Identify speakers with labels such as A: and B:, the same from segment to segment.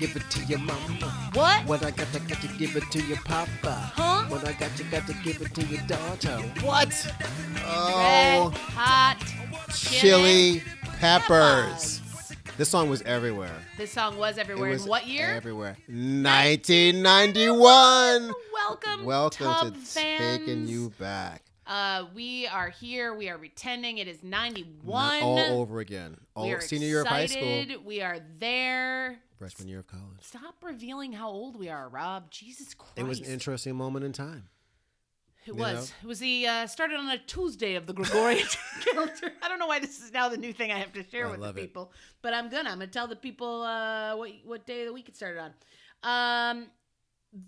A: give it to your mama.
B: What?
A: What I got, I got to give it to your papa.
B: Huh?
A: What I got, you got to give it to your daughter. What? Oh,
B: Red hot
A: chili
B: peppers.
A: peppers. This song was everywhere.
B: This song was
A: It
B: everywhere.
A: was
B: in what year?
A: Everywhere. 1991.
B: Welcome,
A: Welcome
B: Tub
A: to
B: fans.
A: taking you back.
B: Uh, we are here. We are pretending it is ninety-one.
A: Not all over again. All
B: we are
A: senior year of high school,
B: excited. We are there.
A: freshman year of college.
B: Stop revealing how old we are, Rob. Jesus Christ!
A: It was an interesting moment in time.
B: It
A: you
B: was. It was the uh, started on a Tuesday of the Gregorian calendar. I don't know why this is now the new thing I have to share
A: I
B: with the
A: love it.
B: people, but I'm gonna. I'm gonna tell the people uh, what what day of the week it started on. Um,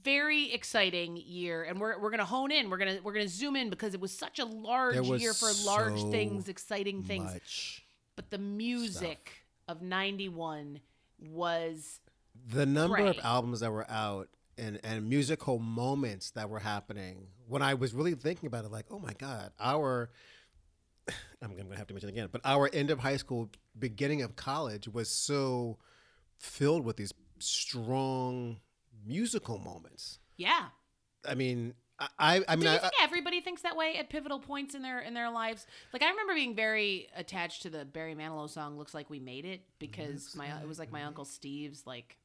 B: very exciting year, and we're we're gonna hone in. We're gonna we're gonna zoom in because it was such a large
A: There was
B: year for large
A: so
B: things, exciting things.
A: Much.
B: But the music of '91 was
A: The number
B: Right.
A: of albums that were out and, and musical moments that were happening, when I was really thinking about it, like, oh my God, our, I'm going to have to mention it again, but our end of high school, beginning of college was so filled with these strong musical moments.
B: yeah.
A: I mean, I, I, I mean,
B: Do
A: I,
B: you think everybody thinks that way at pivotal points in their in their lives? Like I remember being very attached to the Barry Manilow song "Looks Like We Made It" because
A: Looks
B: my
A: like
B: it was like my uncle Steve's like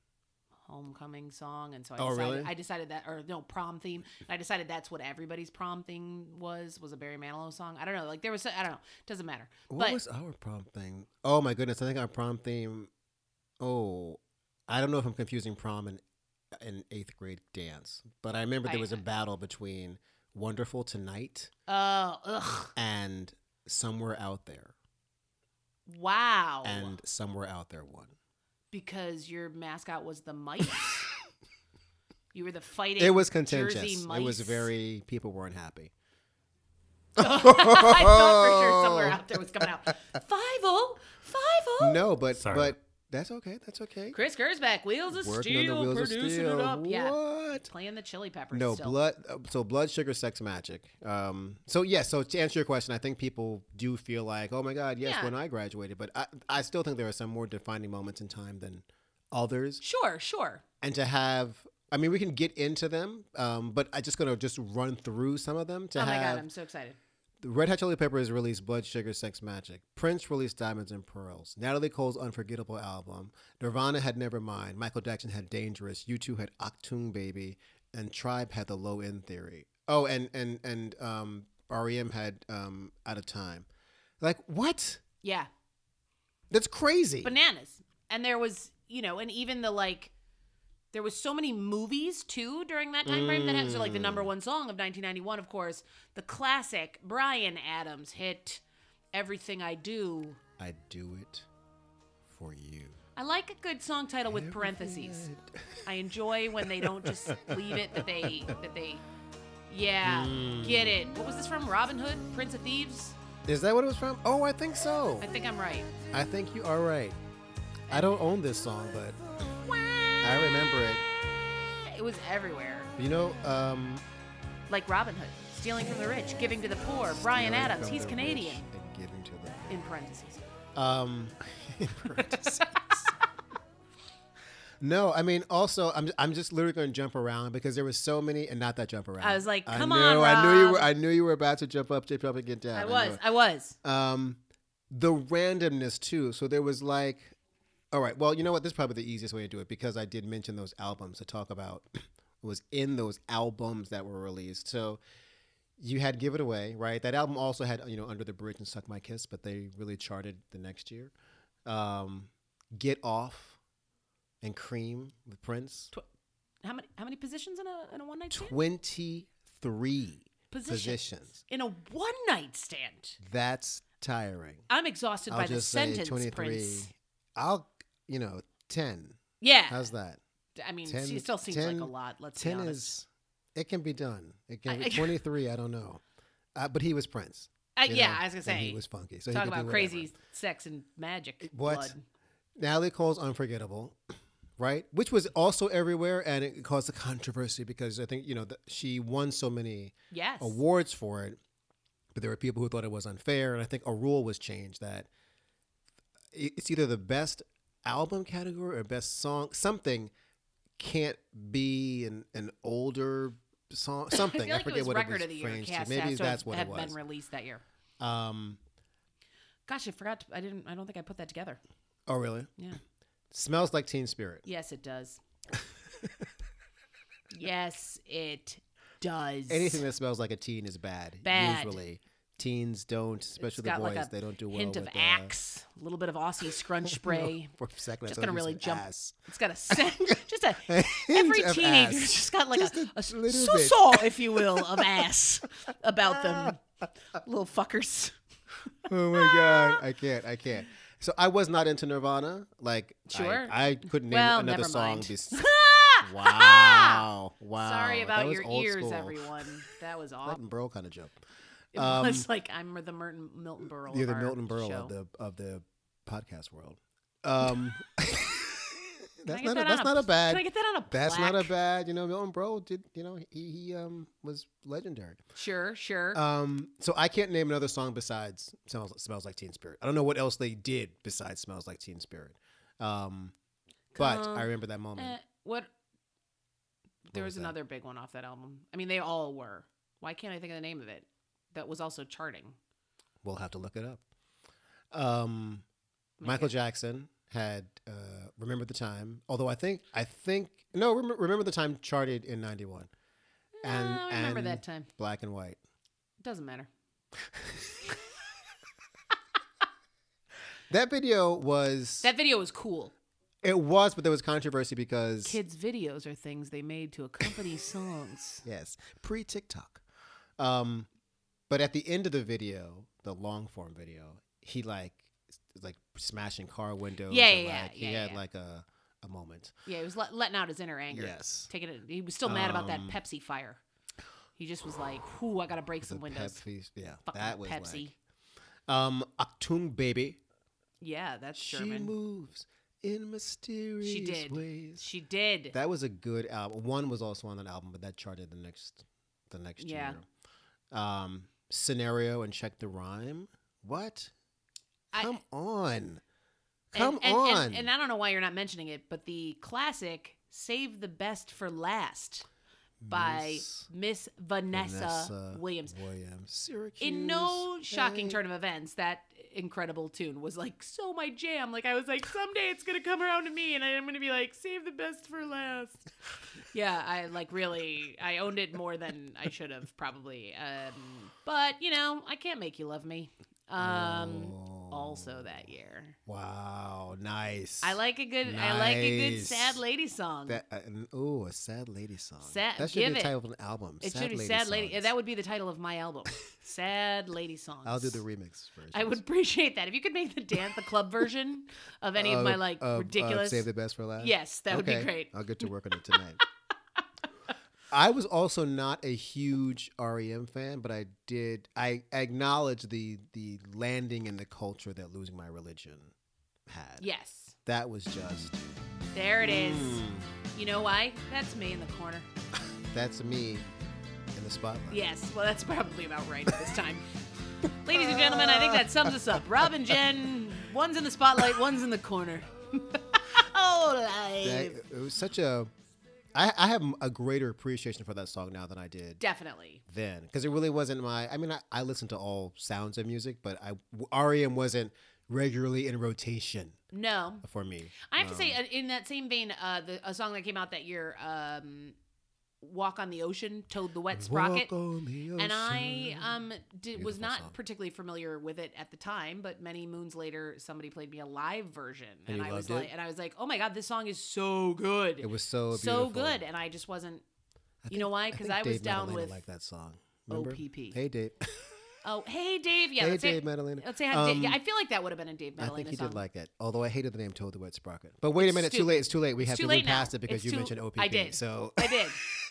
B: homecoming song, and so I
A: Oh,
B: decided,
A: really?
B: I decided that or no prom theme. And I decided that's what everybody's prom theme was was a Barry Manilow song. I don't know, like there was I don't know, doesn't matter.
A: What
B: but
A: was our prom thing? Oh my goodness, I think our prom theme. Oh, I don't know if I'm confusing prom and an eighth grade dance, but I remember
B: I-
A: there was a battle between "Wonderful Tonight"
B: uh, ugh,
A: and "Somewhere Out There,"
B: Oh, wow,
A: and "Somewhere Out There" won.
B: because your mascot was the mice. You were the fighting.
A: It was contentious. It
B: mice.
A: was very people weren't happy.
B: I thought for sure somewhere out there was coming out. Five oh, five oh.
A: No, but
C: Sorry.
A: but that's okay. That's okay.
B: Chris Gersbeck, Wheels of Steel, producing it up. Yeah,
A: What?
B: playing the Chili Peppers.
A: No
B: still.
A: blood. uh, So blood sugar, sex, magic. Um. So yeah. So to answer your question, I think people do feel like, oh my God, yes,
B: Yeah.
A: when I graduated, but I, I still think there are some more defining moments in time than others.
B: Sure, sure.
A: And to have, I mean, we can get into them. Um. But I just gonna just run through some of them. To
B: oh my
A: have
B: god, I'm so excited.
A: the Red Hot Chili Peppers released Blood Sugar Sex Magic. Prince released Diamonds and Pearls. Natalie Cole's Unforgettable album. Nirvana had Nevermind. Michael Jackson had Dangerous. U2 had Octoon Baby. And Tribe had The Low End Theory. Oh, and and and um, REM had um, Out of Time. Like what?
B: Yeah,
A: That's crazy.
B: bananas. And there was, you know, and even the like, there was so many movies too during that time frame that had so like the
A: Mm.
B: number one song of 1991, of course, the classic Brian Adams hit "Everything I Do."
A: I do it for you.
B: I like a good song title with parentheses. I enjoy when they don't just leave it that they that they yeah
A: Hmm.
B: get it. What was this from? Robin Hood, Prince of Thieves.
A: Is that what it was from? Oh, I think so.
B: I think I'm right.
A: I think you are right. I don't own this song, but I remember it.
B: It was everywhere,
A: You know, um,
B: like Robin Hood, stealing from the rich, giving to the poor. Brian
A: Stealing
B: Adams,
A: from
B: he's
A: the
B: Canadian.
A: rich and giving to the
B: In parentheses.
A: poor. um, in parentheses. no, I mean, also, I'm I'm just literally going to jump around because there was so many, and not that jump around.
B: I was like,
A: I
B: come
A: knew,
B: on,
A: I knew you
B: Rob.
A: were. I knew you were about to jump up, jump up, and get down.
B: I
A: knew
B: was,
A: it.
B: I was.
A: um, the randomness too. So there was like, all right, well, you know what? This is probably the easiest way to do it because I did mention those albums to talk about was in those albums that were released. So you had Give It Away, right? That album also had you know Under the Bridge and Suck My Kiss, but they really charted the next year. Um, Get Off and Cream with Prince,
B: How many how many positions in a in a one night stand?
A: twenty three
B: Positions.
A: positions.
B: In a one night stand.
A: That's tiring.
B: I'm exhausted by the sentence, Prince.
A: I'll, you know, 10.
B: Yeah.
A: How's that?
B: I mean,
A: 10
B: Uh, mm, she still seems
A: 10
B: like a lot. Let's be
A: 10
B: honest.
A: is, it can be done. It can
B: I-
A: be
B: I-
A: 23, I don't know. Uh, but he was Prince.
B: Uh,
A: you
B: yeah,
A: know,
B: I was gonna
A: and
B: say.
A: He was funky. So he
B: talk
A: could do
B: about
A: whatever.
B: crazy sex and magic.
A: What?
B: blood.
A: Natalie Cole's Unforgettable, right? Which was also everywhere and it caused a controversy because I think, you know, the, she won so many
B: Yes.
A: awards for it, but there were people who thought it was unfair. And I think a rule was changed that i- it's either the best album category or best song, something can't be an, an older song, something.
B: I feel like
A: forget
B: it was
A: what
B: record
A: it was
B: of the year.
A: phrased to.
B: Cast
A: Maybe
B: has to
A: that's
B: have,
A: what it
B: have
A: was.
B: been released that year.
A: um,
B: Gosh, I forgot. To, I didn't. I don't think I put that together.
A: oh, really?
B: Yeah.
A: Smells like Teen Spirit.
B: Yes, it does. yes, it does.
A: Anything that smells like a teen is bad.
B: Bad.
A: Usually, teens don't, especially the
B: got
A: boys.
B: like a
A: they don't do well
B: hint of
A: with uh,
B: axe, a little bit of Aussie scrunch spray.
A: For a second, I
B: Just
A: thought
B: gonna
A: you
B: really
A: said
B: jump.
A: ass.
B: It's got a scent. Just a
A: Hint
B: every
A: of
B: teenager's
A: ass.
B: just got like
A: Just
B: a,
A: a
B: a s-
A: little bit.
B: so-so, if you will, of ass about them, little fuckers.
A: Oh my
B: Ah.
A: god, I can't, I can't. So I was not into Nirvana. Like, I-
B: Sure.
A: I, couldn't name
B: Well,
A: another
B: never
A: song.
B: mind.
A: Bes- wow, wow.
B: Sorry
A: That
B: about
A: was
B: your
A: old
B: ears,
A: school.
B: everyone. That was awful.
A: Milton Berle kind of joke.
B: It
A: Um,
B: was like I'm the Merton, Milton Berle.
A: You're
B: of
A: the
B: our
A: Milton Berle
B: show.
A: of the of the podcast world. Um,
B: Can I
A: that's
B: get
A: not a,
B: that on
A: that's
B: a-
A: not a bad.
B: Can I get that on a
A: That's not a
B: plaque?
A: bad, you know. Milton Berle did, you know, he, he um was legendary.
B: Sure, sure.
A: Um, so I can't name another song besides "Smells Smells Like Teen Spirit." I don't know what else they did besides "Smells Like Teen Spirit." Um, but
B: Come
A: I remember that moment.
B: Eh, what? There
A: was
B: was,
A: that?
B: another big one off that album. I mean, they all were. Why can't I think of the name of it? That was also charting.
A: We'll have to look it up. Um,
B: Make
A: Michael
B: it-
A: Jackson had uh, "Remember the Time," although I think I think no, Rem- "Remember the Time" charted in '91. and-
B: Ah, I remember
A: and-
B: that time.
A: Black and white.
B: Doesn't matter.
A: That video was
B: That video was cool.
A: it was, but there was controversy because
B: Kids' videos are things they made to accompany songs.
A: yes, pre TikTok. Um, but at the end of the video, the long form video, he like s- like smashing car windows.
B: Yeah,
A: and,
B: yeah,
A: like,
B: yeah,
A: He had
B: yeah.
A: like a a moment.
B: Yeah, he was let, letting out his inner anger.
A: Yes.
B: Taking it. He was still mad about that
A: Um,
B: Pepsi fire. He just was like, "Whoo, I gotta break
A: The
B: some windows."
A: Pepsi- yeah,
B: Fucking
A: that was
B: Pepsi.
A: Like, um, Achtung Baby.
B: yeah, that's
A: She
B: German.
A: moves in mysterious
B: did.
A: ways.
B: She did.
A: That was a good album. One was also on that album, but that charted the next the next
B: Yeah.
A: year. Um, scenario and check the rhyme. What?
B: I-
A: Come on.
B: And-
A: Come
B: and,
A: on.
B: And, and I don't know why you're not mentioning it, but the classic "Save the Best for Last" by
A: Miss
B: Miss Vanessa, Williams.
A: Williams. Syracuse.
B: In no shocking
A: hey.
B: turn of events, that incredible tune was like so my jam. Like I was like, someday it's gonna come around to me, and I'm gonna be like, "Save the best for last." yeah, I like really, I owned it more than I should have probably. Um, but you know, I can't make you love me. Um, Also that year.
A: Wow, nice.
B: I like a good. I like a good sad
A: Nice.
B: lady song.
A: that. Uh, oh, a sad lady song.
B: Uh-huh. Sad-
A: that should
B: give
A: be the
B: it.
A: title of an album.
B: it should be sad lady. yeah, That would be the title of my album. sad lady songs.
A: I'll do the remix version.
B: I would appreciate that if you could make the dance the club version of any of my like ridiculous.
A: uh, Save the best for last.
B: yes, that would be
A: Okay,
B: great.
A: I'll get to work on it tonight. I was also not a huge REM fan, but I did I acknowledge the the landing in the culture that losing my religion had.
B: Yes,
A: That was just
B: there it is.
A: Mm,
B: You know why? That's me in the corner.
A: that's me in the spotlight.
B: Yes, well, that's probably about right at this time. Ladies and gentlemen, I think that sums us up. Rob and Jen, one's in the spotlight, one's in the corner. oh,
A: That-
B: life.
A: it was such a I, I have a greater appreciation for that song now than I did
B: Definitely.
A: then because it really wasn't my i mean I, I listened to all sounds of music but i rem wasn't regularly in rotation
B: No,
A: for me
B: I have to say,
A: Um,
B: uh, in that same vein, uh, the, a song that came out that year, um, "Walk on the Ocean," "Toad the Wet Sprocket,"
A: Walk on the
B: and I
A: ocean.
B: um, did, was
A: Beautiful
B: not
A: song.
B: particularly familiar with it at the time, but many moons later, somebody played me a live version,
A: And you
B: I was
A: loved it?
B: like, and I was like, "Oh my god, this song is so good,
A: it was so
B: so
A: beautiful.
B: good," and I just wasn't.
A: I
B: you know why? 'Cause
A: think
B: I was
A: Dave
B: down
A: Maddalena
B: with
A: liked that song Remember?
B: OPP.
A: hey dave
B: Oh, hey Dave, yeah,
A: hey
B: let's,
A: dave
B: say,
A: Maddalena.
B: let's say how Dave, yeah,
A: Um,
B: I feel like that would have been a Dave
A: I
B: Maddalena
A: think he
B: song.
A: did like it, although I hated the name "Toad the Wet Sprocket." But wait a minute, it's too
B: stupid.
A: late. It's too late. We
B: It's
A: have
B: too
A: to
B: late
A: move
B: now.
A: past it because
B: It's
A: you
B: too-
A: mentioned OPP.
B: I did.
A: So
B: I did.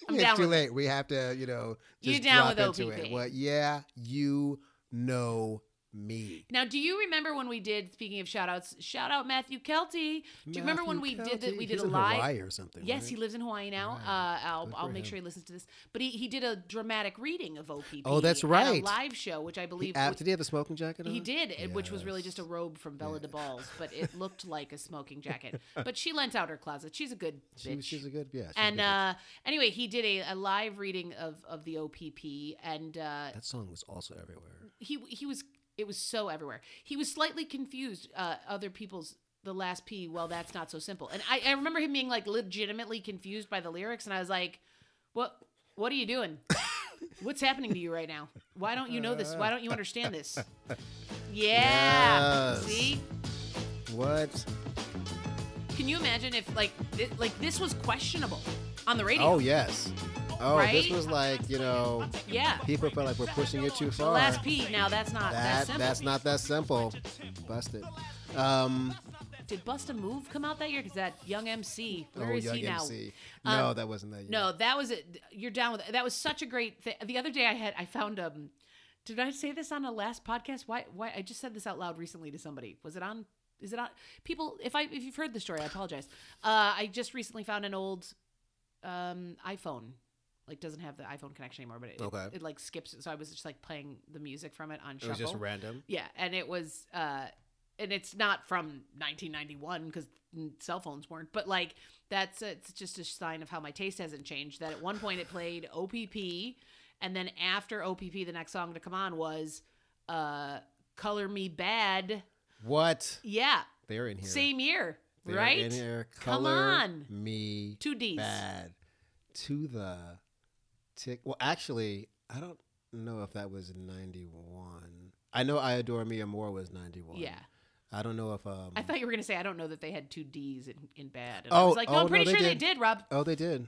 B: I'm
A: it's
B: down
A: too
B: with
A: late. We have to, you know,
B: You
A: just
B: down
A: drop
B: with
A: into
B: OPP.
A: it. What? Yeah, you know me.
B: Now, do you remember when we did? Speaking of shout outs, shout out Matthew Kelty. Do you remember when we
A: Matthew
B: did that?
A: Kelty,
B: We did
A: he's
B: a
A: in
B: live.
A: Hawaii or something.
B: Yes,
A: right?
B: he lives in Hawaii now. Uh, I'll, I'll make sure he listens to this. But he, he did a dramatic reading of OPP.
A: Oh,
B: at
A: that's
B: a
A: right.
B: live show, which I believe
A: Uh,
B: w-
A: did he have a smoking jacket on?
B: he did, it- which was really just a robe from Bella de Balls, but it looked like a smoking jacket. but she lent out her closet. She's a good
A: She,
B: bitch.
A: was- she's a good, yeah. she's a
B: and
A: good-
B: uh, anyway, he did a, a live reading of, of the OPP, and uh,
A: that song was also everywhere.
B: he he was it was so everywhere. He was slightly confused. Uh, other people's the last P. Well, that's not so simple. And I, I remember him being like legitimately confused by the lyrics, and I was like, "What what are you doing? What's happening to you right now? Why don't you know this? Why don't you understand this? Yeah,
A: Yes.
B: see."
A: What?
B: Can you imagine if like thi- like this was questionable on the radio?
A: Oh yes. Oh, this
B: Right?
A: was like you know,
B: yeah.
A: people felt like we're pushing it too
B: The
A: far.
B: last P. Now that's not that,
A: that
B: simple.
A: that's not that simple. Busted. Um,
B: Did Bust a Move come out that year? Because that Young MC, where
A: oh,
B: is
A: Young
B: he now?
A: MC.
B: Um,
A: No, that wasn't that. Year.
B: No, that was it. You're down with that was such a great thing. The other day I had I found um did I say this on a last podcast? Why why I just said this out loud recently to somebody. Was it on is it on people if I if you've heard the story, I apologize. Uh I just recently found an old um iPhone. Like doesn't have the iPhone connection anymore, but it,
A: Okay.
B: it, like skips it. So I was just like playing the music from it on
A: it
B: shuffle.
A: was just random.
B: Yeah, and it was, uh, and it's not from 1991 because cell phones weren't, but like that's it's just a sign of how my taste hasn't changed. That at one point it played OPP, and then after OPP, the next song to come on was uh, "Color Me Bad."
A: What?
B: Yeah,
A: They're in here.
B: same year,
A: They're In
B: right?
A: here.
B: Come
A: Color
B: on.
A: Me
B: Two D's.
A: bad. To the tick. Well, actually, I don't know if that was ninety-one. I know I adore Mia Moore was ninety-one.
B: Yeah,
A: I don't know if um.
B: I thought you were gonna say I don't know that they had two D's in, in bad. And I
A: Oh,
B: was like, no,
A: oh,
B: I'm
A: no,
B: pretty
A: they
B: sure they
A: did.
B: did, Rob.
A: oh, they did.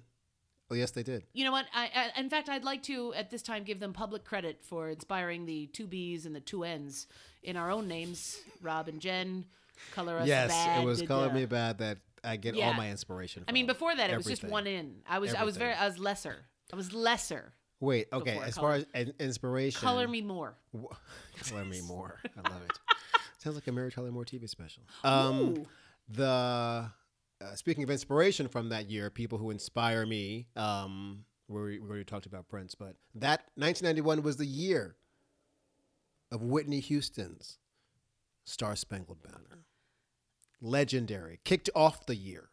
A: Oh, yes, they did.
B: You know what? I, I in fact I'd like to at this time give them public credit for inspiring the two B's and the two N's in our own names, Rob and Jen. Color us
A: yes,
B: bad.
A: it was
B: did,
A: Color
B: uh,
A: Me Bad that I get all
B: Yeah.
A: my inspiration. From.
B: I mean, before that it was just
A: Everything.
B: one in. I was I was very I was lesser. I was lesser.
A: Wait, okay.
B: before
A: As
B: Color-
A: far as in- inspiration,
B: Color me more.
A: Wha- Color Me More. I love it. Sounds like a Mary Tyler Moore TV special. Um,
B: Ooh.
A: the uh, speaking of inspiration from that year, people who inspire me. Um, we already- we already talked about Prince, but that 1991 was the year of Whitney Houston's Star Spangled Banner, legendary, kicked off the year.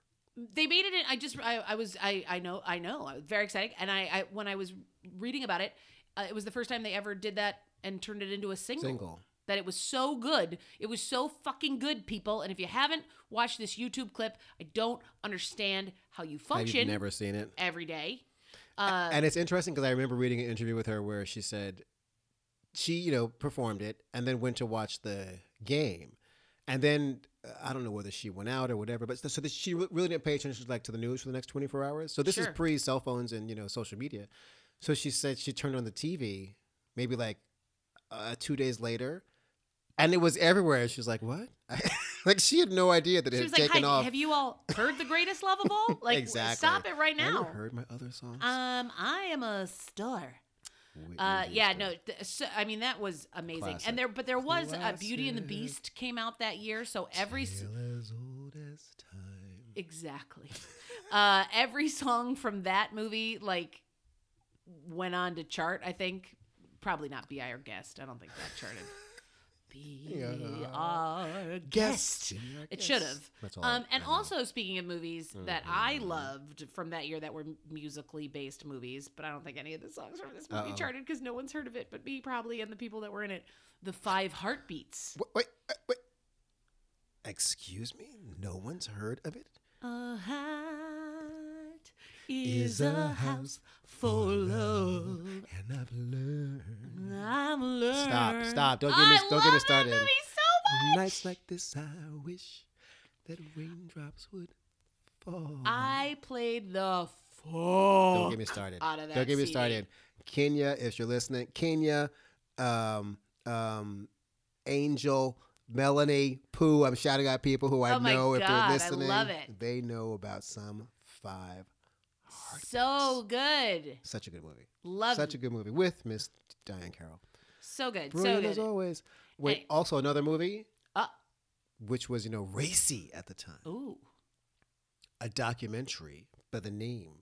B: They made it in I just I, I was I I know I know. I was very exciting and I, I when I was reading about it, uh, it was the first time they ever did that and turned it into a
A: Single.
B: that it was so good. It was so fucking good, people. And if you haven't watched this YouTube clip, I don't understand how you
A: Have you
B: function
A: never seen it?
B: every day. Uh,
A: and it's interesting because I remember reading an interview with her where she said she, you know, performed it and then went to watch the game. And then uh, I don't know whether she went out or whatever, but so so that she re- really didn't pay attention to like to the news for the next 24 hours. So this is
B: Sure.
A: pre cell phones and, you know, social media. So she said she turned on the TV maybe like uh, two days later and it was everywhere. She was like, what? like she had no idea that it
B: she
A: had
B: was like,
A: taken
B: "Hi,
A: off.
B: have you all heard the greatest love of all? Like,
A: Exactly.
B: stop it right
A: Have you
B: now."
A: heard my other songs?
B: Um, I am a star.
A: Whitney
B: Uh, yeah,
A: Houston.
B: no, th- so, I mean that was amazing.
A: Classic.
B: And there, but there was uh, Beauty and the
A: Classic.
B: Beast came out that year, so every s-
A: Tale as old as time.
B: Exactly. uh, every song from that movie like went on to chart. I think probably not "Be Our Guest." I don't think that charted. Be
A: Yeah.
B: our guest. It should have.
A: That's all.
B: Um, and
A: I know.
B: also speaking of movies
A: Mm-hmm.
B: that I loved from that year that were musically based movies, but I don't think any of the songs from this movie
A: Uh-oh.
B: charted because no one's heard of it but me probably and the people that were in it. The Five Heartbeats.
A: Wait, wait, uh, wait. Excuse me? No one's heard of it?
B: A heart is a house for love.
A: And I've learned.
B: I'm learned.
A: Stop, stop. Don't get
B: I
A: me, don't get me
B: love
A: started.
B: That movie so much.
A: Nights like this, I wish that raindrops would fall.
B: I played the fuck.
A: Don't get me started.
B: Oh, out of that
A: Don't get me
B: CD.
A: started. Kenya, if you're listening, Kenya, um, um, Angel, Melanie, Pooh. I'm shouting out people who I
B: Oh my
A: know if
B: God,
A: they're
B: I
A: listening.
B: love it.
A: They know about some five.
B: so good.
A: Such a good movie.
B: Love
A: Such
B: it.
A: a good movie with Miss Diane Carroll.
B: So good.
A: Brilliant
B: so
A: as
B: good.
A: always. Wait,
B: Hey.
A: also another movie
B: Uh,
A: which was you know racy at the time.
B: ooh.
A: A documentary by the name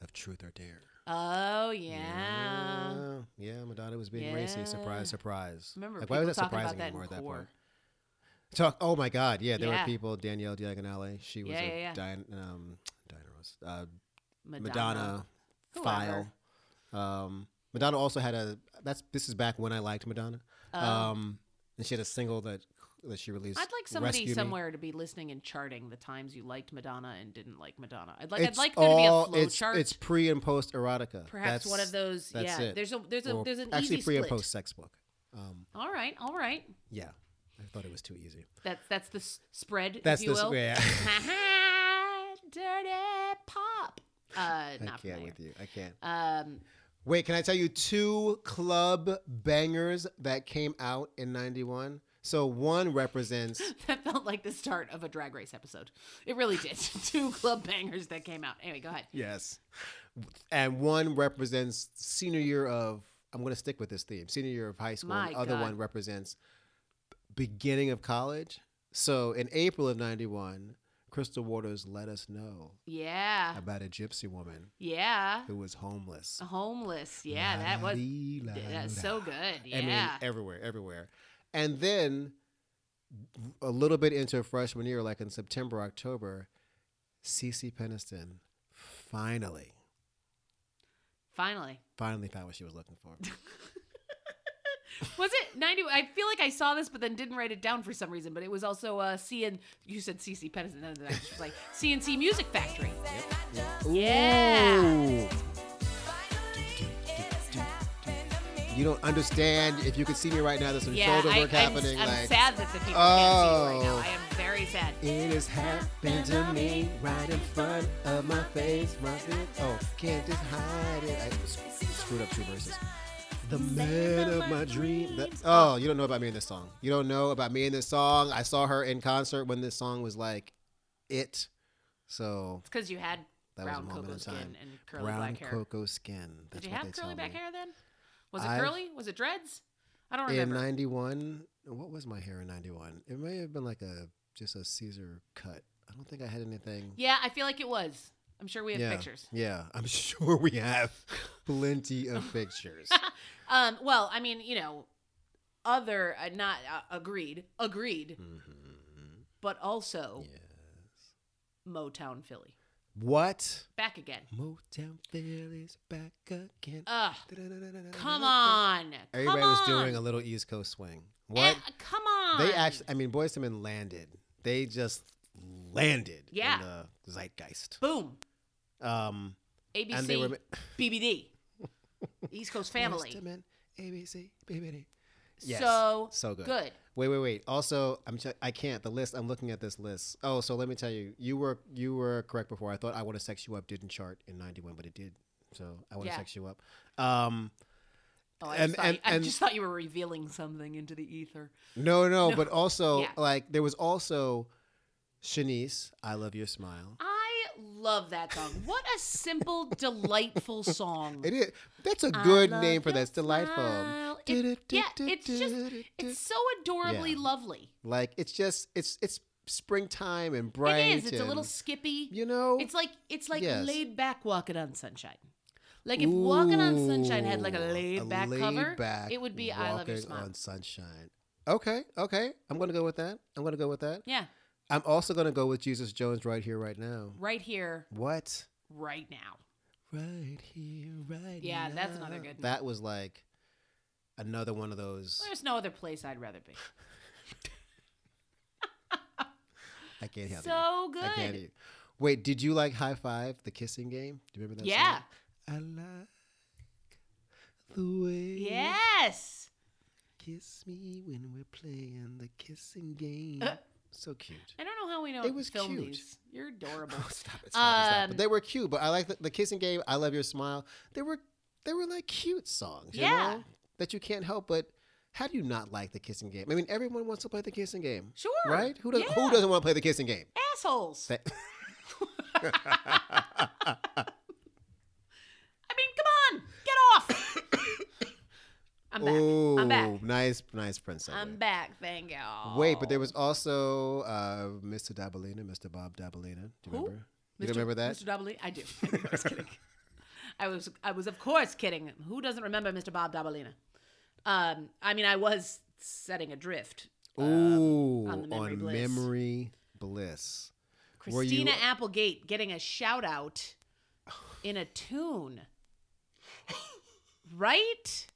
A: of Truth or Dare.
B: Oh yeah.
A: yeah, yeah, Madonna was being racy. Surprise,
B: Yeah.
A: surprise.
B: Remember
A: Like,
B: people talking
A: surprising
B: about that in
A: anymore at that
B: core.
A: point? Talk. Oh my God! Yeah, there
B: Yeah.
A: were people. Danielle Diagonale. She was
B: Yeah,
A: a
B: yeah, yeah.
A: Dian- um, Diana Ross. Uh,
B: Madonna.
A: Madonna, file. Um, Madonna also had a. That's this is back when I liked Madonna.
B: Oh.
A: Um, and she had a single that that she released.
B: I'd like somebody
A: Rescue Me.
B: somewhere to be listening and charting the times you liked Madonna and didn't like Madonna. I'd like I'd
A: It's
B: like there to be a flow
A: it's,
B: chart.
A: It's pre and post erotica.
B: Perhaps
A: That's-
B: one of those.
A: that's
B: yeah.
A: it.
B: There's a there's a
A: or
B: there's an easy
A: actually pre
B: split.
A: and post sex book. Um,
B: All right, all right.
A: yeah, I thought it was too easy.
B: That's that's the s- spread,
A: That's
B: if you
A: the s-
B: will.
A: yeah.
B: Dirty pop. Uh,
A: I
B: not
A: can't
B: familiar.
A: with you. I can't.
B: Um,
A: Wait, can I tell you two club bangers that came out in '91? So one represents
B: that felt like the start of a drag race episode. It really did. Two club bangers that came out. Anyway, go ahead.
A: Yes. And one represents senior year of I'm going to stick with this theme. Senior year of high school. and
B: My
A: the other
B: God.
A: one represents beginning of college. So in April of 91, Crystal Waters let us know
B: Yeah,
A: about a gypsy woman
B: yeah.
A: who was homeless.
B: Homeless. Yeah, that was
A: La-di-la-da.
B: that's so good. Yeah.
A: I mean, eh. everywhere, everywhere. And then a little bit into freshman year, like in September, October, Cece Peniston finally
B: Finally.
A: finally found what she was looking for.
B: Was it 90? I feel like I saw this, but then didn't write it down for some reason. But it was also uh, CN. You said CC Pennison. No, no, no, she was like CNC Music Factory. Yeah.
A: Ooh. You don't understand. If you could see me right now, there's some
B: Yeah,
A: shoulder
B: I,
A: work
B: I'm,
A: happening.
B: I'm
A: like,
B: sad that the people can't see you right
A: Oh.
B: now. I am very sad.
A: It has happened to me right in front of my face. My ear- oh, can't just hide it. I s- screwed up two verses. The man of my dream. that- oh, you don't know about me in this song. You don't know about me in this song. I saw her in concert when this song was like it. So
B: It's because you had
A: That was a
B: brown
A: moment
B: cocoa
A: in
B: skin
A: time.
B: and curly
A: brown
B: black hair.
A: cocoa skin. That's
B: Did you
A: what
B: have
A: they
B: curly
A: tell
B: black
A: me.
B: hair then? Was it
A: I've-
B: curly? Was it dreads? I don't
A: in
B: remember.
A: 91 what was my hair in 91 it may have been like a just a caesar cut i don't think i had anything
B: yeah, I feel like it was. I'm sure we have
A: yeah
B: pictures.
A: yeah i'm sure we have plenty of pictures
B: Um, well, I mean, you know, other uh, not uh, agreed, agreed,
A: Mhm.
B: but also
A: yes
B: Motown Philly
A: what
B: back again.
A: motown philly's back again
B: Ugh,
A: Da-da-da-da-da-da-da.
B: Uh, come on,
A: everybody
B: come
A: was
B: on.
A: doing a little east coast swing what
B: Eh, come on,
A: they actually i mean boys men landed they just landed in
B: Yeah.
A: the zeitgeist
B: boom,
A: um
B: ABC,
A: and they were
B: BBD, East Coast Family,
A: Testament, ABC, BBD.
B: so
A: so good.
B: good.
A: Wait, wait, wait. Also, I'm ch- I can't. The list. I'm looking at this list. Oh, so let me tell you. You were you were correct before. I thought I want to sex you up didn't chart in '91, but it did. So I want to
B: Yeah.
A: sex you up. Um,
B: Oh, I,
A: And-
B: just thought
A: and-
B: you, I
A: and-
B: just thought you were revealing something into the ether.
A: no, no,
B: No.
A: but also
B: Yeah.
A: like there was also Shanice. I love your smile.
B: I love that song. What a simple, delightful song.
A: It is. That's a
B: I
A: good
B: love
A: name for
B: your
A: that. It's delightful.
B: smile. It- yeah, it's just it's so adorably
A: Yeah.
B: lovely.
A: like it's just it's it's springtime and bright.
B: It is. It's a
A: and-
B: little skippy.
A: You know,
B: It's like it's like
A: Yes.
B: laid back walking on sunshine. Like if walking on sunshine had like a
A: Ooh,
B: laid back cover,
A: laid-back
B: it would be I love your
A: Walking
B: smile.
A: on sunshine. Okay, okay. I'm gonna go with that. I'm gonna go with that.
B: Yeah,
A: I'm also gonna go with Jesus Jones right here, right now.
B: right here,
A: What?
B: right now.
A: Right here, right
B: Yeah,
A: now.
B: that's another good one.
A: That was like another one of those.
B: There's no other place I'd rather be.
A: I can't help you.
B: So
A: I can't
B: good.
A: eat. Wait, did you like High Five, the kissing game? Do you remember that?
B: Yeah.
A: song? I like the way.
B: Yes.
A: Kiss me when we're playing the kissing game.
B: Uh.
A: so cute.
B: I don't know how we know
A: It was
B: film
A: cute.
B: these. You're adorable.
A: Oh, stop it, stop it, stop it.
B: Um,
A: But they were cute. But I like the, the kissing game. I love your smile. They were they were like cute songs. You
B: Yeah.
A: know? That you can't help but. How do you not like the kissing game? I mean, everyone wants to play the kissing game,
B: Sure.
A: right? Who does,
B: Yeah.
A: who doesn't want to play the kissing game?
B: Assholes.
A: That-
B: I mean, come on, get off. I'm back.
A: Oh.
B: I'm back.
A: Ooh, Nice, nice Prince. segue.
B: I'm back. Thank you.
A: Wait, but there was also uh, Mr. Dabalina, Mr. Bob Dabalina. Do you
B: Who?
A: remember? You don't remember that?
B: Mr. Dabalini? E? I do. I do. I was kidding. I was, I was, of course, kidding. Who doesn't remember Mr. Bob Dabalina? Um, I mean, I was setting adrift.
A: Ooh,
B: um, on the Memory
A: on
B: Bliss.
A: Memory Bliss. Were you-
B: Christina Applegate getting a shout out in a tune. right?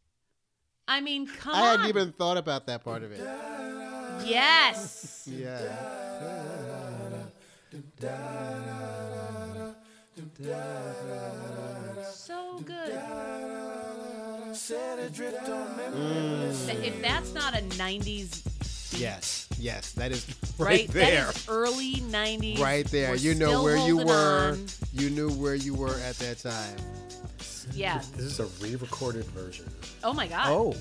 B: I mean, come
A: I hadn't
B: on.
A: even thought about that part of it.
B: Yes.
A: Yeah.
B: so good.
A: Mm.
B: Th- If that's not a 90s,
A: Yes. Yes. That is
B: right,
A: right, there.
B: That is early 90s.
A: right there.
B: We're
A: you know
B: still
A: where you
B: holding
A: were.
B: on.
A: You knew where you were at that time.
B: Yeah.
C: This is a re-recorded version.
B: Oh my God.
A: Oh.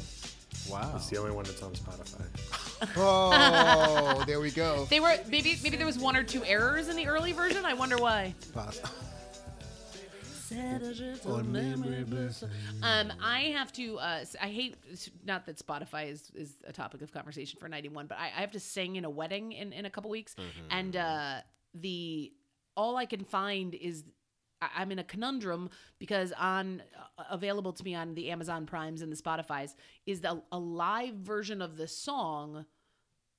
A: Wow.
C: It's the only one that's on Spotify.
A: Oh, there we go.
B: They were maybe maybe there was one or two errors in the early version. I wonder why.
A: Pause.
B: Um, I have to. Uh, s- I hate not that Spotify is is a topic of conversation for ninety one, but I, I have to sing in a wedding in in a couple weeks, and uh, the all I can find is. I- I'm in a conundrum because on uh, available to me on the Amazon Primes and the Spotify's is the, a live version of the song,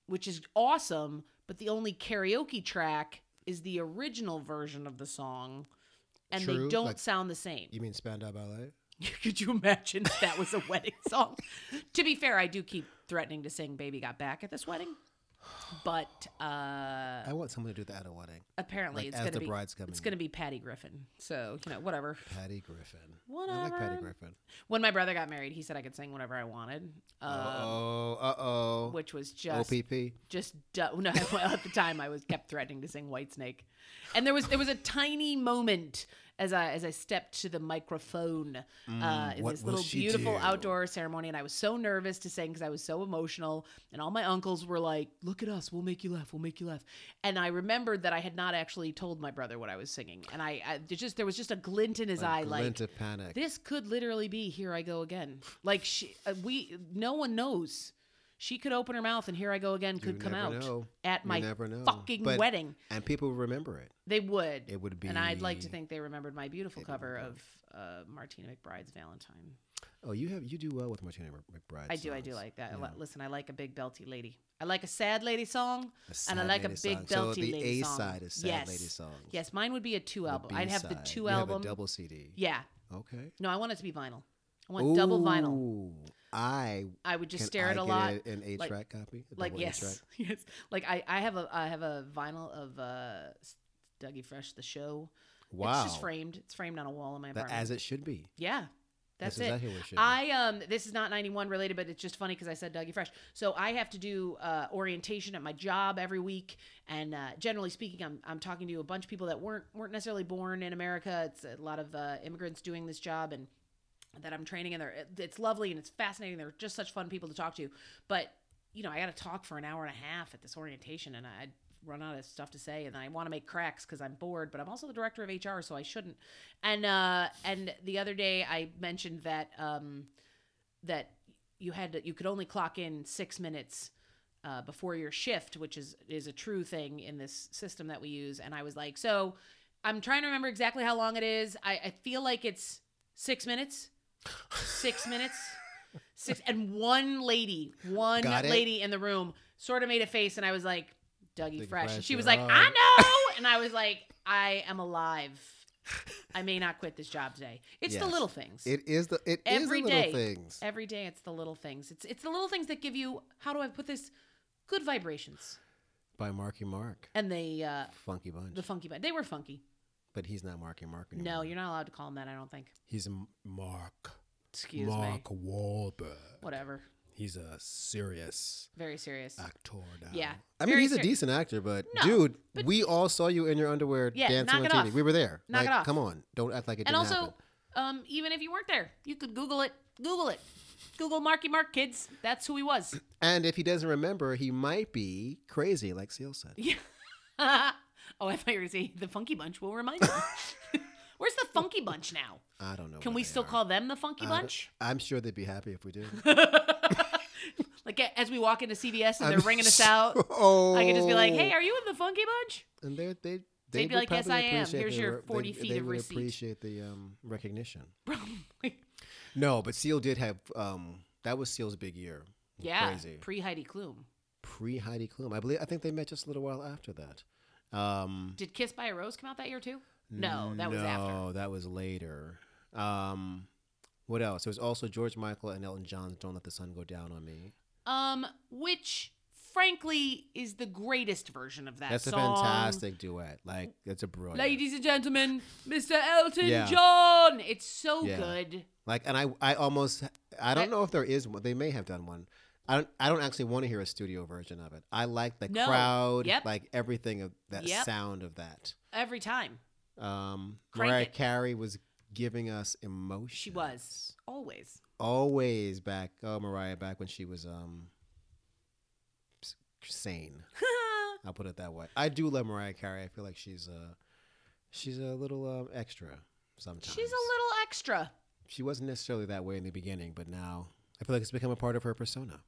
B: which is awesome, but the only karaoke track is the original version of the song, and
A: True,
B: they don't
A: like-
B: sound the same.
A: You mean Spandau Ballet?
B: Could you imagine if that was a wedding song? to be fair, I do keep threatening to sing Baby Got Back at this wedding. But uh
A: I want someone to do that at a wedding.
B: apparently
A: Like,
B: it's
A: as
B: gonna
A: the
B: be
A: bride's coming
B: it's
A: in.
B: gonna be Patty Griffin. So, you know, whatever.
A: Patty Griffin. I like Patty
B: Whatever.
A: Griffin.
B: When my brother got married, he said I could sing whatever I wanted. Uh,
A: oh, uh oh.
B: which was just
A: OPP.
B: just du- no well, at the time I was kept threatening to sing Whitesnake, and there was there was a tiny moment as I as I stepped to the microphone uh, in
A: Mm, what
B: this
A: will
B: little
A: she
B: beautiful
A: do?
B: outdoor ceremony, and I was so nervous to sing because I was so emotional, and all my uncles were like, "Look at us, we'll make you laugh, we'll make you laugh," and I remembered that I had not actually told my brother what I was singing, and I, I it just there was just a glint in his eye, like
A: glint of panic.
B: this could literally be here I go again. Like she, uh, we, no one knows. She could open her mouth and here I go again could come
A: never
B: out
A: know.
B: at
A: You
B: my
A: never know.
B: fucking
A: But-
B: wedding.
A: and people remember it.
B: They would.
A: It would
B: And I'd like to
A: be-
B: think they remembered my beautiful cover of uh, Martina McBride's Valentine.
A: Oh, you have you do well with Martina McBride.
B: I do, I do
A: songs.
B: like that. I li- listen, I like a big belty lady. I like a sad lady song, and I
A: sad
B: like a
A: lady
B: big
A: song.
B: belty
A: So the
B: lady
A: A
B: song.
A: side is sad
B: yes.
A: lady songs.
B: Yes, mine would be a two
A: The
B: album. I'd have the
A: B-side.
B: two
A: you
B: album.
A: Have a double CD.
B: yeah.
A: Okay.
B: No, I want it to be vinyl. I want double vinyl.
A: Ooh, I
B: I would just
A: can
B: stare
A: I
B: at a
A: get
B: lot.
A: a- an eight
B: like-
A: track copy. A
B: like
A: double
B: yes,
A: eight-track?
B: yes. Like I, I have a, I have a vinyl of uh, Dougie Fresh, the show.
A: Wow.
B: it's just framed. It's framed on a wall in my
A: That,
B: apartment.
A: as it should be.
B: yeah, that's
A: That's
B: it.
A: exactly what it should be.
B: I um, this is not ninety one related, but it's just funny because I said Dougie Fresh. So I have to do uh, orientation at my job every week, and uh, generally speaking, I'm I'm talking to a bunch of people that weren't weren't necessarily born in America. It's a lot of uh, immigrants doing this job, and that I'm training, and they're it- it's lovely and it's fascinating. They're just such fun people to talk to. But you know, I got to talk for an hour and a half at this orientation, and I run out of stuff to say, and I want to make cracks because I'm bored. But I'm also the director of HR, so I shouldn't. And uh, and the other day I mentioned that um, that you had to, you could only clock in six minutes. Uh, before your shift, which is is a true thing in this system that we use, and I was like, so I'm trying to remember exactly how long it is. I, I feel like it's six minutes, six minutes. Six and one lady, one
A: Got it.
B: lady in the room sort of made a face, and I was like, Dougie,
A: Dougie
B: Fresh. And
A: Fresh,
B: she was
A: you're
B: like, I
A: on.
B: know. And I was like, I am alive. I may not quit this job today. It's the
A: Yes.
B: little things.
A: It is the it is
B: Every
A: the little
B: day. E
A: things.
B: Every day it's the little things. It's it's the little things that give you how do I put this? Good vibrations.
A: By Marky Mark,
B: And they uh
A: Funky Bunch,
B: the funky band. They were funky.
A: but he's not Marky Mark anymore.
B: No, you're not allowed to call them that, I don't think.
C: He's M- Mark.
B: Excuse me.
C: Mark Wahlberg.
B: Whatever.
C: He's a serious
B: Very serious.
C: actor now.
B: yeah.
A: I mean,
B: Very
A: he's a
B: ser-
A: decent actor, but
B: No,
A: dude,
B: but-
A: we all saw you in your underwear
B: Yeah,
A: dancing
B: knock
A: on
B: it
A: TV.
B: off.
A: We were there.
B: Knock
A: like,
B: it off.
A: Come on, don't act like it
B: and
A: didn't
B: also
A: happen.
B: um, even if you weren't there you could google it google it google marky mark kids that's who he was
A: And if he doesn't remember, he might be crazy, like Seal said.
B: Yeah. oh i thought you were going to say the funky bunch will remind you where's the funky bunch now
A: I don't know.
B: Can
A: what
B: we
A: they
B: still
A: are.
B: call them the
A: Uh,
B: Funky Bunch?
A: I'm sure they'd be happy if we did.
B: like a- as we walk into CVS and they're ringing us out,
A: Oh,
B: I could just be like, "Hey, are you in the Funky Bunch?"
A: and they they
B: They'd
A: they
B: be
A: would
B: like, "Yes,
A: probably
B: I am.
A: appreciate
B: Here's
A: the
B: your
A: re-
B: 40
A: they,
B: feet
A: they
B: of
A: would
B: receipt."
A: Appreciate the um, recognition.
B: Probably.
A: No, but Seal did have. Um, that was Seal's big year.
B: Yeah,
A: crazy.
B: pre Heidi Klum.
A: Pre Heidi Klum, I believe. I think they met just a little while after that. Um,
B: Did Kiss by a Rose come out that year too? No, that was after.
A: No, that was later. Um, what else? There was also George Michael and Elton John's "Don't Let the Sun Go Down on Me."
B: Um, which frankly is the greatest version of that
A: That's a
B: song.
A: fantastic duet. Like, that's a brilliant.
B: Ladies and gentlemen, Mr. Elton
A: Yeah.
B: John. It's so
A: Yeah.
B: good.
A: Like, and I, I almost, I
B: I-
A: don't know if there is one. They may have done one. I don't, I don't actually want to hear a studio version of it. I like the
B: No.
A: crowd,
B: Yep.
A: like everything of that
B: Yep.
A: sound of that.
B: Every time.
A: Um,
B: Crank
A: Mariah
B: it.
A: Carey was giving us emotion.
B: She was. Always.
A: always back. Oh, Mariah, back when she was um s- sane. I'll put it that way. I do love Mariah Carey. I feel like she's a she's a little um, extra sometimes.
B: She's a little extra.
A: She wasn't necessarily that way in the beginning, but now I feel like it's become a part of her persona.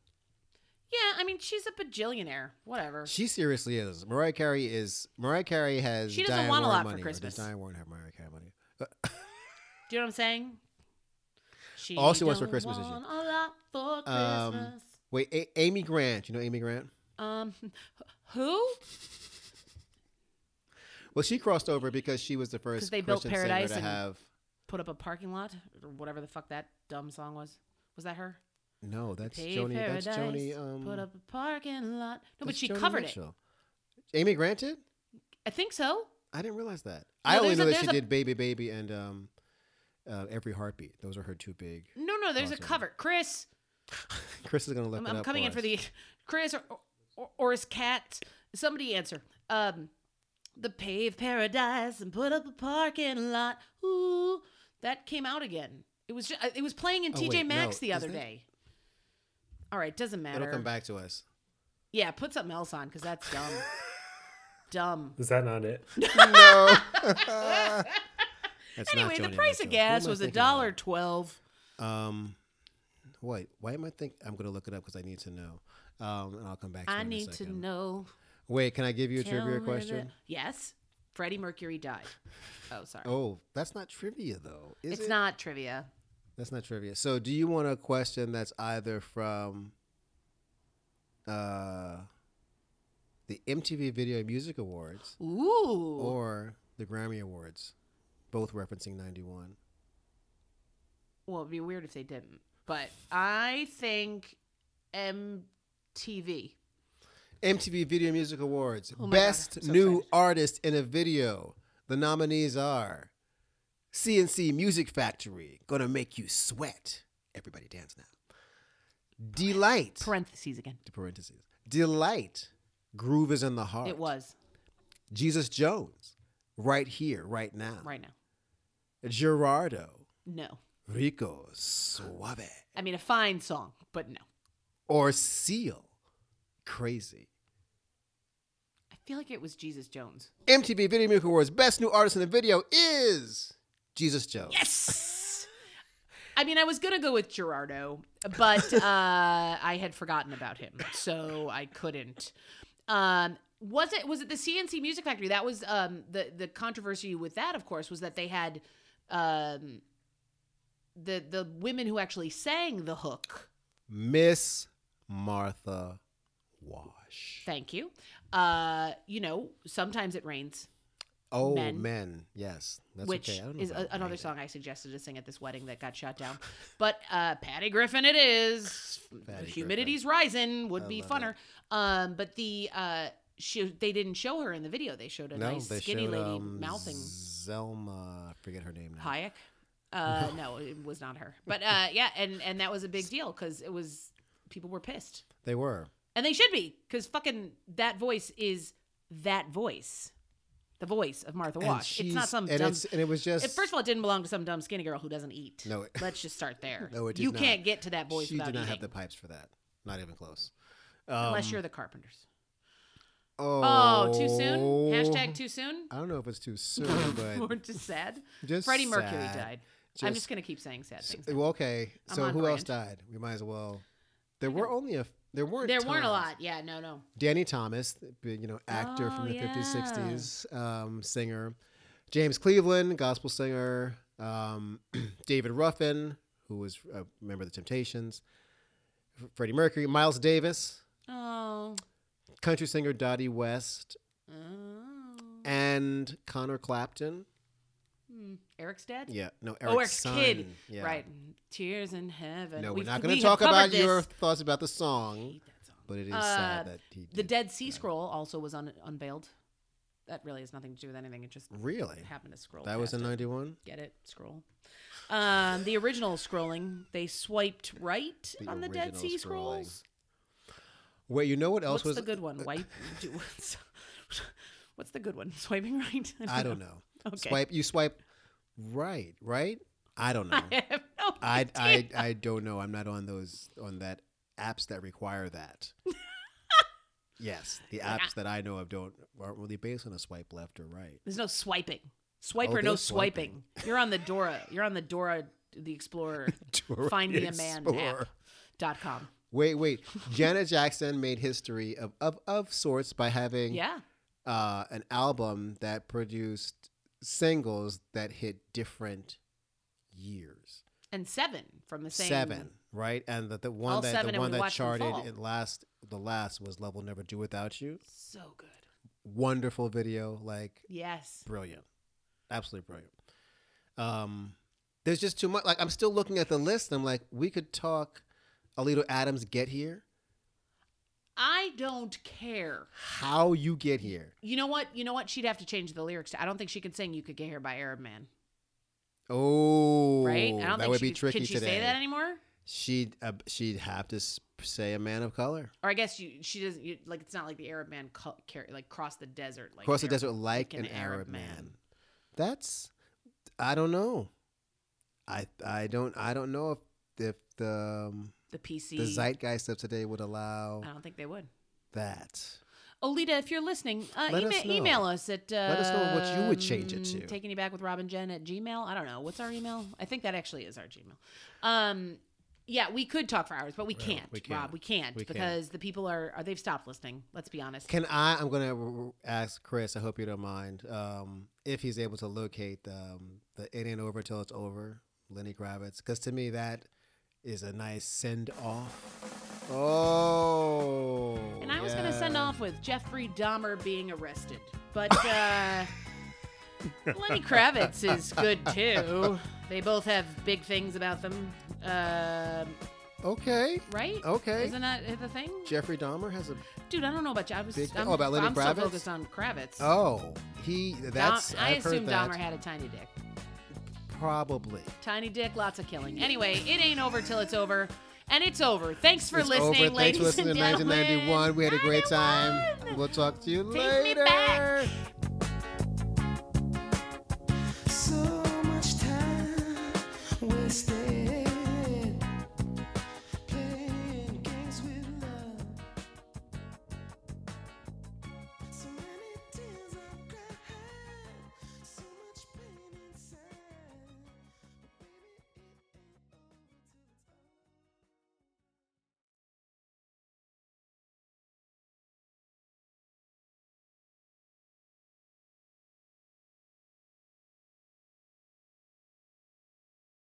B: Yeah, I mean, she's a bajillionaire. Whatever.
A: She seriously is. Mariah Carey is. Mariah Carey has.
B: She doesn't
A: Diane
B: want a lot
A: Warren
B: for
A: money, or does
B: Christmas.
A: Diane Warren have Mariah Carey money?
B: Do you know what I'm saying? She
A: All she wants for
B: don't
A: Christmas is you.
B: want a lot for
A: Um,
B: Christmas.
A: Wait, a- Amy Grant. You know Amy Grant?
B: Um, h- who?
A: Well, she crossed over because she was the first
B: they built
A: Christian
B: Paradise
A: singer
B: and-
A: to have.
B: Put up a parking lot or whatever the fuck that dumb song was. Was that her?
A: No, that's
B: Pay
A: Joni. That's
B: paradise,
A: Joni. Um,
B: put up a parking lot. No, but
A: That's
B: she
A: Joni
B: covered it.
A: Mitchell. Amy Grant did?
B: I think so.
A: I didn't realize that. I only
B: there's
A: know
B: a-
A: that she
B: there's a-
A: did Baby Baby and um, uh, Every Heartbeat. Those are her two big.
B: No, no, there's a
A: Crossover.
B: cover. Chris,
A: Chris is gonna look
B: I'm,
A: it
B: I'm
A: up
B: coming in for
A: us.
B: the Chris or, or or his cat. Somebody answer. Um, the paved paradise and put up a parking lot. Ooh, that came out again. It was just, it was playing in
A: Oh,
B: TJ
A: wait, no,
B: Maxx the
A: is
B: other
A: that-
B: day. All right, doesn't matter.
A: It'll come back to us.
B: Yeah, put something else on because that's dumb. dumb.
D: Is that not it?
A: no. That's not
B: Anyway,
A: Joni
B: the price
A: Mitchell.
B: of
A: Who
B: gas
A: am I
B: was a
A: thinking of?
B: dollar twelve.
A: Um, wait, why am I think I'm gonna look it up because I need to know. Um, and I'll come back. To you
B: I
A: in a
B: need to
A: second.
B: know.
A: Wait, can I give you a
B: Tell me
A: trivia
B: that-
A: question?
B: Yes, Freddie Mercury died. Oh, sorry.
A: Oh, that's not trivia though. Is
B: it's
A: it?
B: not trivia.
A: That's not trivia. So, do you want a question that's either from uh, the MTV Video Music Awards
B: Ooh.
A: or the Grammy Awards, both referencing '91?
B: well, it'd be weird if they didn't. But I think MTV.
A: MTV Video Music Awards,
B: Oh my God,
A: Best
B: I'm so
A: New
B: excited.
A: Artist in a Video. The nominees are CNC Music Factory, Gonna Make You Sweat. Everybody dance now. Delight.
B: Parentheses again.
A: parentheses. Delight. Groove is in the heart.
B: It was
A: Jesus Jones, right here, right now.
B: right now.
A: Gerardo,
B: No,
A: Rico Suave,
B: I mean a fine song, but no.
A: or Seal, crazy.
B: I feel like it was Jesus Jones.
A: MTV Video Music Awards Best New Artist in the Video is Jesus Jones.
B: Yes. I mean, I was gonna go with Gerardo, but uh, I had forgotten about him, so I couldn't. Um, was it was it the CNC Music Factory? That was um, the the controversy with that, of course, was that they had um, the the women who actually sang the hook.
A: Miss Martha Wash.
B: Thank you. Uh, you know, sometimes it rains,
A: Oh,
B: Men.
A: men. Yes, that's
B: which
A: okay. I don't know
B: is
A: about
B: a, another
A: men.
B: song I suggested to sing at this wedding that got shot down. But uh, Patty Griffin, it is.
A: Patty
B: humidity's rising would
A: I
B: be
A: love
B: funner. Um, but the uh, she they didn't show her in the video. They showed a
A: No,
B: nice
A: they
B: skinny
A: showed,
B: lady
A: um,
B: mouthing
A: Zelma. I forget her name now.
B: Hayek. Uh, no, it was not her. But uh, yeah, and and that was a big deal because it was people were pissed,
A: They were.
B: and they should be because fucking that voice is that voice, the voice of Martha
A: And
B: Wash. It's not
A: she's-
B: some
A: and,
B: dumb.
A: it's, and it was just.
B: It- First of all, it didn't belong to some dumb skinny girl who doesn't eat.
A: No, it-
B: let's just start there.
A: No, it did
B: you
A: not.
B: can't get to that voice
A: she
B: without
A: did not
B: eating,
A: have the pipes for that. Not even close.
B: unless
A: Um,
B: you're the Carpenters.
A: Oh,
B: Oh, too soon? Hashtag too soon?
A: I don't know if it's too soon,
B: More
A: Oh, but
B: just sad.
A: just
B: Freddie Mercury
A: sad.
B: died. I'm just gonna keep saying sad things.
A: Well, okay.
B: I'm
A: So
B: on
A: who else
B: brand.
A: died? We might as well. There were only a. There weren't.
B: There weren't a
A: tons.
B: lot. Yeah, no, no.
A: Danny Thomas, the big, you know, actor
B: Oh,
A: from the
B: yeah.
A: 50s, 60s, um, singer. James Cleveland, gospel singer. Um, David Ruffin, who was a member of the Temptations. Freddie Mercury, Miles Davis,
B: Oh.
A: country singer Dottie West,
B: Oh.
A: and Connor Clapton.
B: Hmm. Eric's dad?
A: Yeah, no, Eric's,
B: oh, Eric's
A: son.
B: kid.
A: Yeah.
B: Right. Tears in heaven.
A: No,
B: We've-
A: we're not going
B: we
A: to
B: have
A: talk about
B: covered
A: your
B: this.
A: thoughts about the song,
B: Hate that song.
A: but it is
B: Uh,
A: sad that he
B: The
A: did-
B: Dead Sea Scroll also was un- unveiled. That really has nothing to do with anything. It just
A: Really?
B: happened to scroll.
A: That was
B: past
A: in
B: it.
A: 91?
B: Get it? Scroll. Um, the original scrolling, they swiped right
A: The
B: on the Dead
A: original
B: Sea
A: scrolling.
B: Scrolls.
A: Wait, you know what else
B: What's
A: was
B: the good one? Wipe. do, what's, what's the good one? Swiping right?
A: I don't know.
B: Okay.
A: Swipe. You swipe right, right? I don't know.
B: I have no
A: I,
B: idea.
A: I I don't know. I'm not on those on that apps that require that. yes, the apps that I know of don't aren't really based on a swipe left or right.
B: There's no swiping. Swipe
A: Oh,
B: or no
A: there's
B: swiping.
A: swiping.
B: You're on the Dora. You're on the Dora the Explorer.
A: Dora
B: Find
A: the
B: me a man app.
A: Explorer.
B: Dot com.
A: Wait, wait. Janet Jackson made history of of, of sorts by having
B: Yeah.
A: uh, an album that produced singles that hit different years.
B: And seven from the same.
A: seven, right? And the, the
B: All
A: one that
B: seven
A: the
B: and
A: one
B: we
A: that
B: watched them
A: charted
B: fall.
A: it last the last was "Love Will Never Do Without You."
B: So good.
A: Wonderful video, like
B: Yes.
A: brilliant, absolutely brilliant. Um, there's just too much. Like I'm still looking at the list. I'm like, we could talk. Alito Adams get here.
B: I don't care.
A: How you get here?
B: You know what? You know what? She'd have to change the lyrics. To, I don't think she can sing "You Could Get Here" by Arab Man.
A: Oh,
B: Right? I don't
A: that
B: think
A: would
B: she
A: be
B: could-
A: tricky
B: Can she
A: today.
B: say that anymore?
A: She'd uh, she'd have to s- say a man of color
B: Or I guess you, she doesn't. You, like it's not like the Arab Man co- carry, like cross the desert. Like
A: across the
B: an Arab-
A: desert like an, Arab, man. That's I don't know. I I don't I don't know if if the um,
B: The PC.
A: the zeitgeist of today would allow
B: I don't think they would.
A: that.
B: Olita, if you're listening, uh,
A: Let
B: email,
A: us know.
B: email us at uh,
A: Let us know what you would change it to.
B: Taking you back with Robin Jen at Gmail. I don't know what's our email. I think that actually is our Gmail. Um, yeah, we could talk for hours, but we can't,
A: we can't.
B: Rob. We can't
A: We can't.
B: because the people are, are they've stopped listening. Let's be honest.
A: Can I? I'm gonna r- r- ask Chris. I hope you don't mind um, if he's able to locate the, um, the "It Ain't Over Till It's Over" Lenny Kravitz, because to me that is a nice send off. Oh.
B: and I was going to send
A: yeah.
B: off with Jeffrey Dahmer being arrested, but uh, Lenny Kravitz is good too. They both have big things about them, uh,
A: Okay.
B: right?
A: Okay.
B: Isn't that the thing?
A: Jeffrey Dahmer has a
B: Dude, I don't know about you. I was
A: Big-
B: I'm,
A: oh, about Lenny
B: I'm
A: Kravitz?
B: so focused on Kravitz.
A: Oh, he. That's.
B: Dom- I
A: I've
B: assume
A: heard that.
B: Dahmer had a tiny dick.
A: Probably.
B: Tiny dick, lots of killing. Anyway, it ain't over till it's over, and it's over. Thanks for
A: it's
B: listening,
A: over. Thanks
B: ladies
A: for listening
B: and
A: to
B: gentlemen.
A: 1991. We had a great time.
B: 91.
A: We'll talk to you
B: Take
A: later.
B: me back.